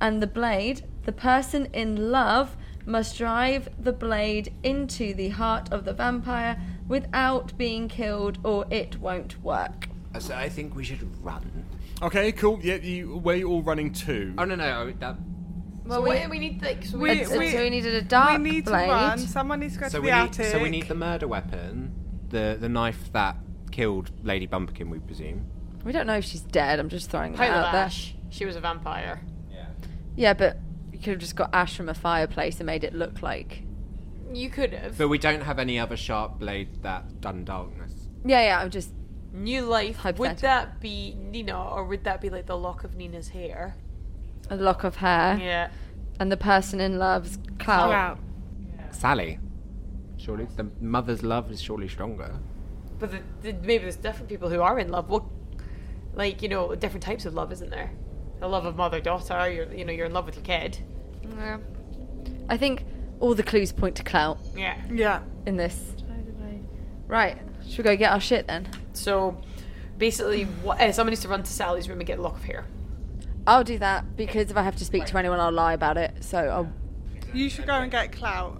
D: and the blade, the person in love must drive the blade into the heart of the vampire without being killed, or it won't work.
C: So I think we should run.
E: Okay, cool. Yeah, you, where you all running to?
C: Oh no no I- that.
D: Well,
G: we, we need like so we,
F: We-
G: need
D: so
G: to-
F: we-
D: we needed a dark
F: we need
D: blade.
F: to run. Someone needs to go
C: So
F: to
C: we
F: the
C: need
F: attic.
C: so we need the murder weapon, the the knife that killed Lady Bumpkin, we presume.
D: We don't know if she's dead. I'm just throwing that
G: Pile of
D: out there.
G: ash. She was a vampire.
D: Yeah, but you could have just got ash from a fireplace and made it look like.
G: You could have
C: But we don't have any other sharp blade that done darkness.
D: Yeah, yeah. I'm just.
G: new life. Would
D: Hypothetical.
G: that be Nina, or would that be like the lock of Nina's hair?
D: A lock of hair,
G: Yeah.
D: and the person in love's
G: Oh.
D: clout.
F: Out.
C: Sally. Surely the mother's love is surely stronger.
G: But the, the, maybe there's different people who are in love. Well, like you know, different types of love, isn't there? The love of mother daughter. You're you know you're in love with your kid.
D: Yeah. I think all the clues point to clout.
G: Yeah.
F: Yeah.
D: in this. Right, should we go get our shit then?
G: So basically, what, uh, someone needs to run to Sally's room and get a lock of hair.
D: I'll do that because if I have to speak to anyone, I'll lie about it. So I'll.
F: You should go and get Clout.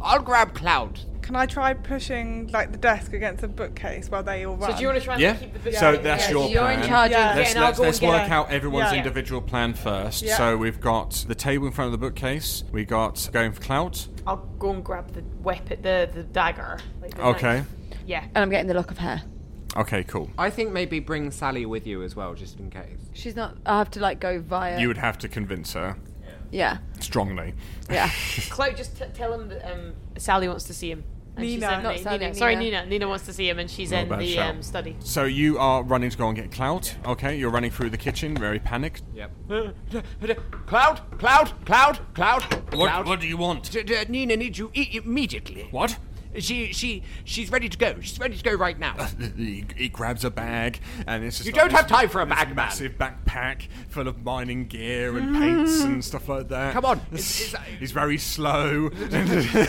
C: I'll grab Cloud.
F: Can I try pushing like the desk against the bookcase while they all run?
G: So do you want to try and
E: Yeah.
G: keep the book?
E: So that's your
D: You're
E: plan.
D: in charge
F: Yeah.
D: of
E: Let's,
G: Yeah, and I'll
E: let's,
G: go
E: let's
G: and
E: work
G: get-
E: out everyone's
F: Yeah.
E: individual plan first.
F: Yeah.
E: So we've got the table in front of the bookcase. We got going for clout.
G: I'll go and grab the weapon, the the dagger. like the
E: Okay.
G: knife. Yeah. Uh,
D: and I'm getting the lock of hair.
E: Okay, cool.
C: I think maybe bring Sally with you as well, just in case.
D: She's not. I have to like go via.
E: You would have to convince her
D: yeah,
E: strongly.
D: yeah.
G: Clout, just t- tell him that um, Sally wants to see him. And she's
F: Nina.
G: in
F: Not
G: the-
D: Sally,
G: Nina. Sorry,
D: Nina.
G: Nina. Nina wants to see him, and she's
E: Not a
G: in
E: bad
G: the
E: shout.
G: um, study.
E: So you are running to go and get clout. Okay, you're running through the kitchen, very panicked.
C: Yep. Cloud, Cloud, Cloud, Cloud. Cloud.
E: do you want?
C: D- d- Nina needs you eat immediately.
E: What?
C: She she she's ready to go. She's ready to go right now.
E: He, he grabs a bag, and it's just
C: You
E: like
C: don't
E: this-
C: have time for a
E: this
C: bag, man.
E: Massive backpack full of mining gear and paints
F: Mm.
E: and stuff like that.
C: Come on, it's- it's-
E: he's very slow.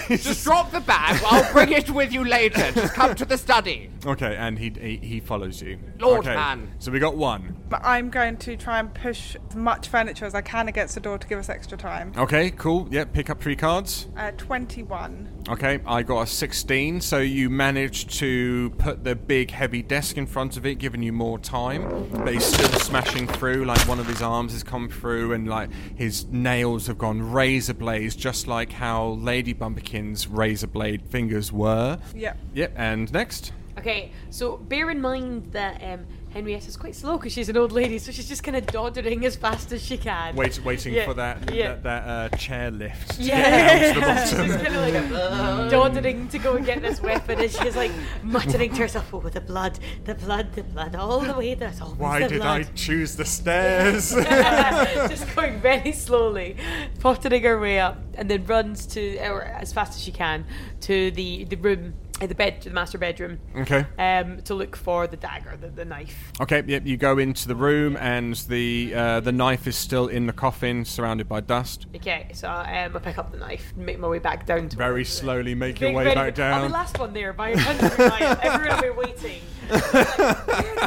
C: Just drop the bag. I'll bring it with you later. Just come to the study.
E: Okay, and he he, he follows you.
C: Lord
E: okay,
C: man.
E: So we got one.
F: But I'm going to try and push as much furniture as I can against the door to give us extra time.
E: Okay, cool. Yeah, pick up three cards.
F: Uh, 21.
E: Okay, I got a 16, so you managed to put the big heavy desk in front of it, giving you more time. But he's still smashing through, like one of his arms has come through, and like his nails have gone razor blades, just like how Lady Bumpkin's razor blade fingers were.
F: Yep.
E: Yep, and next.
G: Okay, so bear in mind that um, Henrietta's quite slow because she's an old lady, so she's just kind of doddering as fast as she can.
E: Wait, waiting
G: Yeah,
E: for that,
G: yeah.
E: that, that uh, chair lift.
G: Yeah,
E: to the bottom.
G: she's just kind of like uh, doddering to go and get this weapon, and she's like muttering to herself, "Oh, the blood, the blood, the blood, all the way. There's always
E: Why
G: the
E: did I
G: blood."
E: choose the stairs?
G: just going very slowly, pottering her way up, and then runs to, or as fast as she can, to the the room, uh, the bed, the master bedroom,
E: okay.
G: um, to look for the dagger, the, the knife.
E: Okay, yep, you go into the room and the uh, the knife is still in the coffin, surrounded by dust.
G: Okay, so um, I pick up the knife, and make my way back down. To
E: Very slowly make your
G: Big
E: way
G: red-
E: back
G: I'll be
E: down.
G: last one there by a hundred miles. Everyone will be waiting. I'm, like,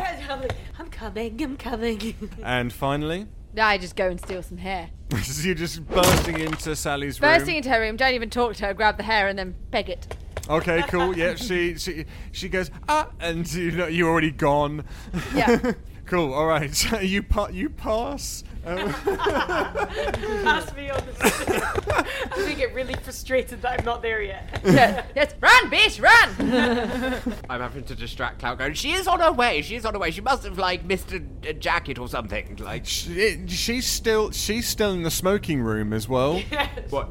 G: I'm coming, I'm coming.
E: And finally,
D: Now I just go and steal some hair.
E: you're just bursting into Sally's
D: Bursting
E: room.
D: into her room, don't even talk to her. Grab the hair and then peg it.
E: Okay, cool. Yeah, she she she goes ah, and you know you're already gone.
D: Yeah.
E: cool. All right, so you pa- you pass. Um,
G: Pass me on the stairs. I'm gonna get really frustrated that I'm not there yet.
D: Yeah. yes, run, bitch, run.
C: I'm having to distract Cloud going, she is on her way, she is on her way. She must have, like, missed a, a jacket or something. Like,
E: she, she's still she's still in the smoking room as well.
C: what,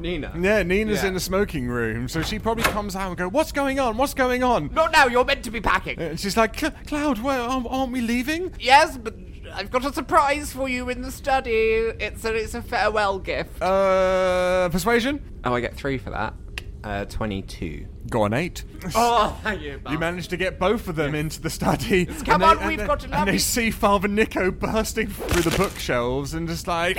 C: Nina?
E: Yeah, Nina's
C: Yeah.
E: in the smoking room, so she probably comes out and go, "What's going on? What's going on?"
C: Not now, you're meant to be packing.
E: And she's like, "Cl- "Cloud, where aren't, aren't we leaving?"
C: yes, but
I: I've got a surprise for you in the study. It's a it's a farewell gift.
E: Uh, persuasion?
C: Oh, I get three for that. Uh, 22.
E: Go on eight.
I: Oh, thank you.
E: You managed to get both of them into the study. And
I: come
E: they-
I: on,
E: and
I: we've
E: they-
I: got to love
E: And they
I: you.
E: see Father Nico bursting through the bookshelves and just like,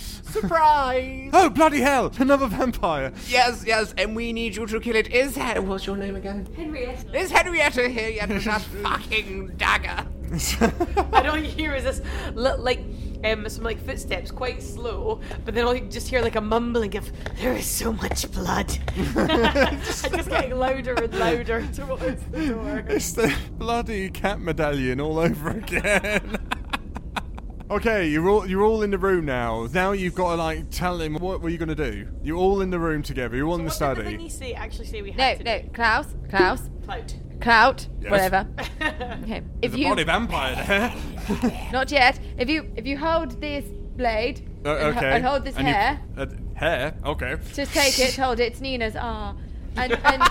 I: Surprise.
E: oh bloody hell, another vampire.
I: yes, yes, and we need you to kill it. Is Hen- what's your name again? Henrietta. Is Henrietta here yet with that fucking dagger?
G: And all you hear is this, li- like, um, some like footsteps, quite slow, but then all you just hear like a mumbling of "There is so much blood." it's just getting louder and louder towards the door.
E: It's the bloody cat medallion all over again. okay, you're all you're all in the room now. Now you've got to like tell him what were you gonna do. You're all in the room together. You're all in the
G: What did the
E: study.
G: thingy say? Actually, say we
D: No,
G: had to
D: no,
G: do?
D: Klaus, Klaus,
G: Clout.
D: Clout,
E: Yes.
D: whatever. Okay. If
E: There's a
D: you
E: bloody vampire there.
D: not yet, if you if you hold this blade
E: Uh,
D: and, ho-
E: okay.
D: and hold this
E: And you-
D: hair,
E: uh, hair. Okay.
D: just take it, hold it. It's Nina's. Ah, and and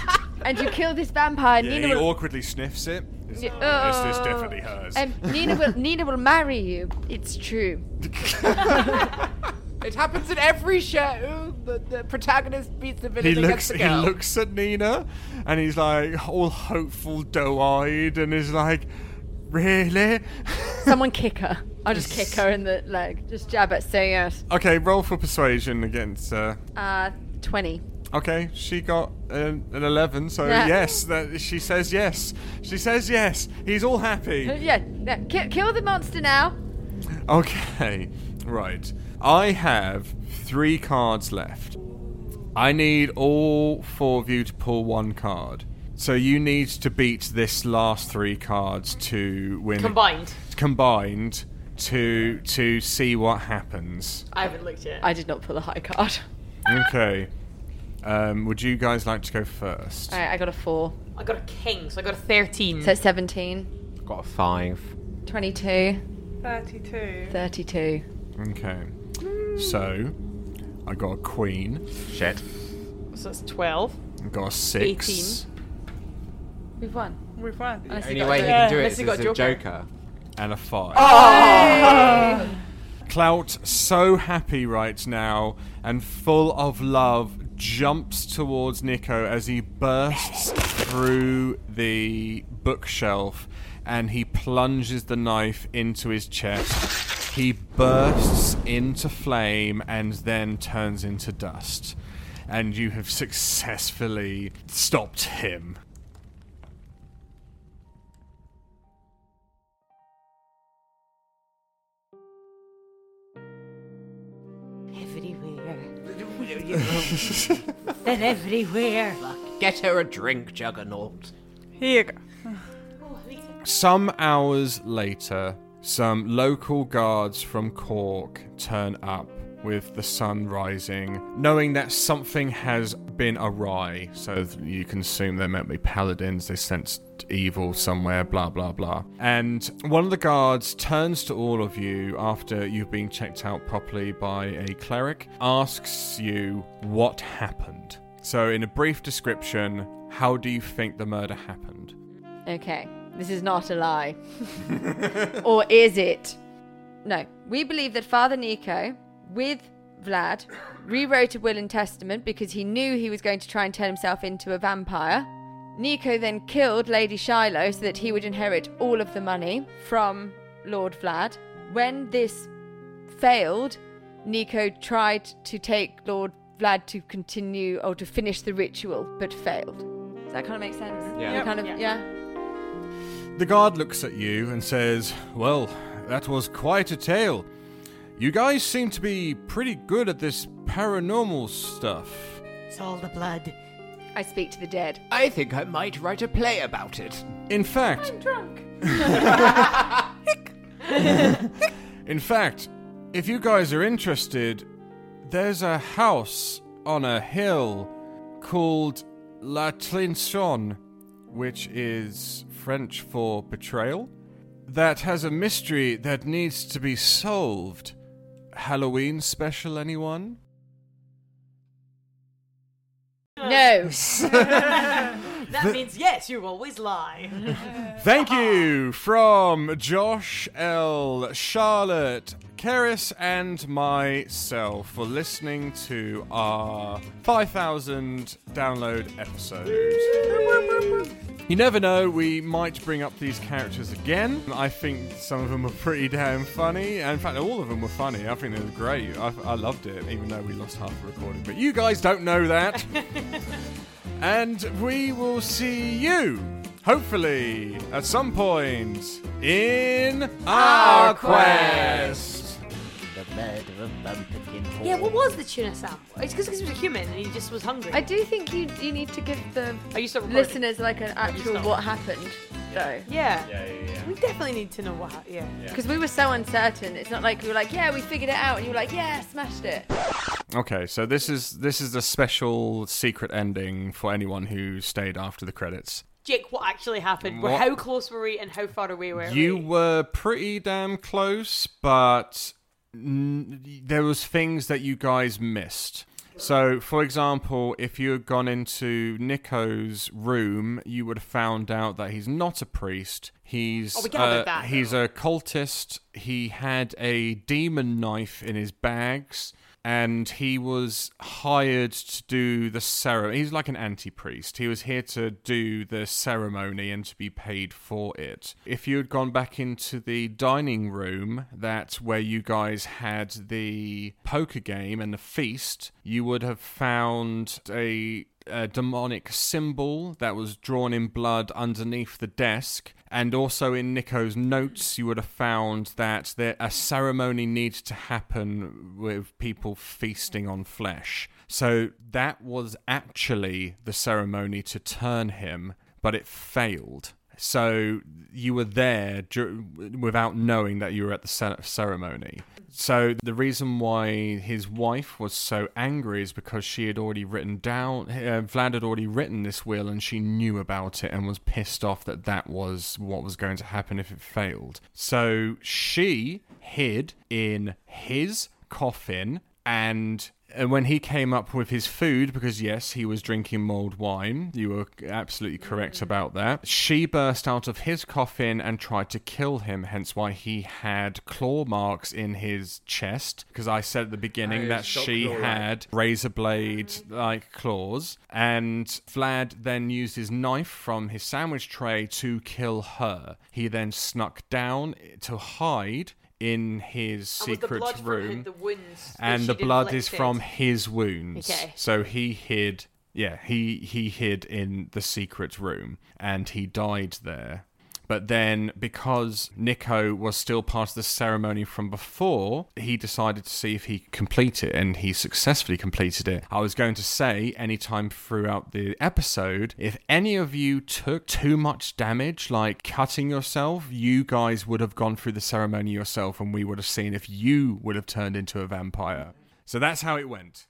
D: and you kill this vampire.
E: Yeah,
D: Nina
E: he
D: will.
E: awkwardly sniffs it. It's,
D: Yeah,
E: this is
D: oh.
E: definitely hers.
D: Um, Nina will Nina will marry you. It's true.
I: It happens in every show. The, the protagonist beats the
E: he
I: villain against
E: looks.
I: the
E: He
I: girl.
E: looks at Nina, and he's like all hopeful, doe-eyed, and is like, "Really?"
D: Someone kick her. I'll just kick her in the leg. Just jab at. Say yes.
E: okay, roll for persuasion against. Uh,
D: Uh, twenty.
E: Okay, she got an, an 11, so
D: Yeah.
E: yes, that she says yes. She says yes. He's all happy.
D: Uh, Yeah. yeah. Kill, kill the monster now.
E: Okay, right. I have three cards left. I need all four of you to pull one card. So you need to beat this last three cards to win.
G: Combined.
E: Combined to to see what happens.
G: I haven't looked yet.
D: I did not pull a high card.
E: Okay. Um, would you guys like to go first?
D: All right, I got a four.
G: I got a king, so I got a thirteen.
D: So 17,
C: Got a five.
D: 22,
F: 32.
D: 32.
E: Okay. So, I got a queen,
C: Shit.
G: So that's twelve.
E: I got a six,
D: We've won.
F: We've won.
C: Only way he can do it
G: unless
C: is
G: he got
C: as a
G: Joker.
C: joker.
E: and a five. Clout, so happy right now and full of love, jumps towards Nico as he bursts through the bookshelf and he plunges the knife into his chest. He bursts into flame and then turns into dust. And you have successfully stopped him.
G: Everywhere. They're everywhere.
I: Get her a drink, Juggernaut.
F: Here you go.
E: Some hours later, some local guards from Cork turn up with the sun rising, knowing that something has been awry. So th- you can assume they meant to be paladins, they sensed evil somewhere, blah, blah, blah. And one of the guards turns to all of you after you've been checked out properly by a cleric, asks you what happened. So, in a brief description, how do you think the murder happened?
D: Okay, this is not a lie. or is it? No. We believe that Father Nico, with Vlad, rewrote a will and testament because he knew he was going to try and turn himself into a vampire. Nico then killed Lady Shiloh so that he would inherit all of the money from Lord Vlad. When this failed, Nico tried to take Lord Vlad to continue or to finish the ritual, but failed. Does that kind of make sense?
C: Yeah.
D: You Kind of,
G: Yeah.
D: yeah.
E: The guard looks at you and says, Well, that was quite a tale. You guys seem to be pretty good at this paranormal stuff.
G: It's all the blood.
D: I speak to the dead.
I: I think I might write a play about it.
E: In fact, in fact, if you guys are interested, there's a house on a hill called La Trinchon, which is French for betrayal, that has a mystery that needs to be solved. Halloween special, anyone?
D: No.
G: That means yes, you always lie.
E: Thank you from Josh L, Charlotte, Keris, and myself for listening to our 5,000 download episode. You never know, we might bring up these characters again. I think some of them were pretty damn funny. In fact, all of them were funny. I think they were great. I, I loved it, even though we lost half the recording. But you guys don't know that. And we will see you, hopefully, at some point in our quest.
J: The bed of a bumpkin hole.
G: yeah, what was the tuna Sam? It's because he was a human and he just was hungry.
D: I do think you you need to give the
G: Are you still recording?
D: listeners like an actual
G: not.
D: what happened though.
G: Yeah. Yeah, yeah, yeah. We definitely need to know what. hap- Yeah.
D: Because we were so uncertain. It's not like we were like, yeah, we figured it out, and you were like, yeah, smashed it.
E: Okay, so this is this is the special secret ending for anyone who stayed after the credits.
G: Jake, what actually happened? Well,
E: What-
G: How close were we and how far away were
E: You
G: we?
E: were pretty damn close, but n- there was things that you guys missed. So, for example, if you had gone into Nico's room, you would have found out that he's not a priest. He's
G: Oh, we gathered
E: uh,
G: that,
E: he's a cultist. He had a demon knife in his bags, and he was hired to do the ceremony. He's like an anti-priest. He was here to do the ceremony and to be paid for it. If you had gone back into the dining room, that's where you guys had the poker game and the feast, you would have found a a demonic symbol that was drawn in blood underneath the desk. And also in Nico's notes, you would have found that there, a ceremony needs to happen with people feasting on flesh. So that was actually the ceremony to turn him, but it failed. So you were there dur- without knowing that you were at the cer- ceremony. So the reason why his wife was so angry is because she had already written down, uh, Vlad had already written this will and she knew about it and was pissed off that that was what was going to happen if it failed. So she hid in his coffin and uh, when he came up with his food, because yes, he was drinking mulled wine, you were absolutely
G: Mm.
E: correct about that. She burst out of his coffin and tried to kill him, hence why he had claw marks in his chest. Because I said at the beginning
C: Oh,
E: that
C: shock
E: she
C: claw, right.
E: had razor blade
G: Mm.
E: like claws, and Vlad then used his knife from his sandwich tray to kill her. He then snuck down to hide in his
G: And was the
E: secret
G: blood from
E: room
G: the wounds that
E: and
G: she'd
E: the blood is
G: inflicted?
E: from his wounds.
G: Okay.
E: So he hid. Yeah, he he hid in the secret room and he died there. But then, because Nico was still part of the ceremony from before, he decided to see if he could complete it, and he successfully completed it. I was going to say, anytime throughout the episode, if any of you took too much damage, like cutting yourself, you guys would have gone through the ceremony yourself, and we would have seen if you would have turned into a vampire. So that's how it went.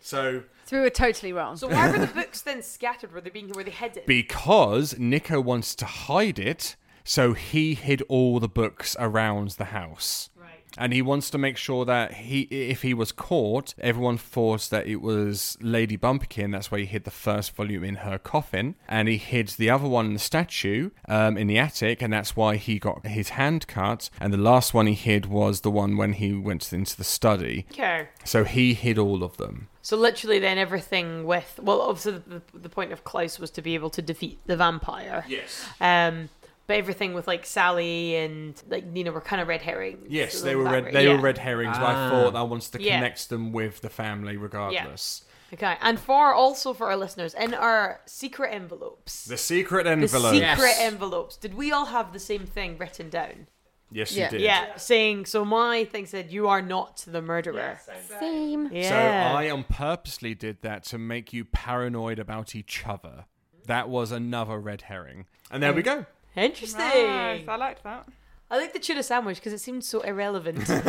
E: So
D: So we were totally wrong.
G: So why were the books then scattered? Were they being were they hidden?
E: because Nico wants to hide it, so he hid all the books around the house. Right. And he wants to make sure that he, if he was caught, everyone thought that it was Lady Bumpkin. That's why he hid the first volume in her coffin, and he hid the other one in the statue um, in the attic, and that's why he got his hand cut. And the last one he hid was the one when he went into the study.
G: okay.
E: So he hid all of them.
G: So literally, then everything with well, obviously the, the, the point of Klaus was to be able to defeat the vampire.
E: Yes.
G: Um, but everything with like Sally and like Nina were kind of red herrings.
E: Yes,
G: So
E: they were
G: that
E: red.
G: way-
E: They
G: yeah.
E: were red herrings. But I
C: Ah.
E: thought I wanted to
G: Yeah.
E: connect them with the family, regardless.
G: Okay, and for also for our listeners in our secret envelopes,
E: The secret
G: the
E: envelope.
G: secret
C: Yes.
G: envelopes. Did we all have the same thing written down?
E: Yes,
D: Yeah.
E: you did.
G: Yeah, saying so. My thing said, "You are not the murderer."
D: Same.
G: Yeah.
E: So I um, purposely did that to make you paranoid about each other. That was another red herring. And there we go.
G: Interesting.
F: Nice, I liked that.
G: I like the tuna sandwich because it seemed so irrelevant.
D: But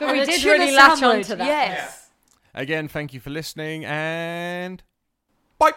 D: we
G: The
D: did
G: tuna
D: really latch
G: sandwich,
D: onto that.
G: Yes.
E: Again, thank you for listening and bye.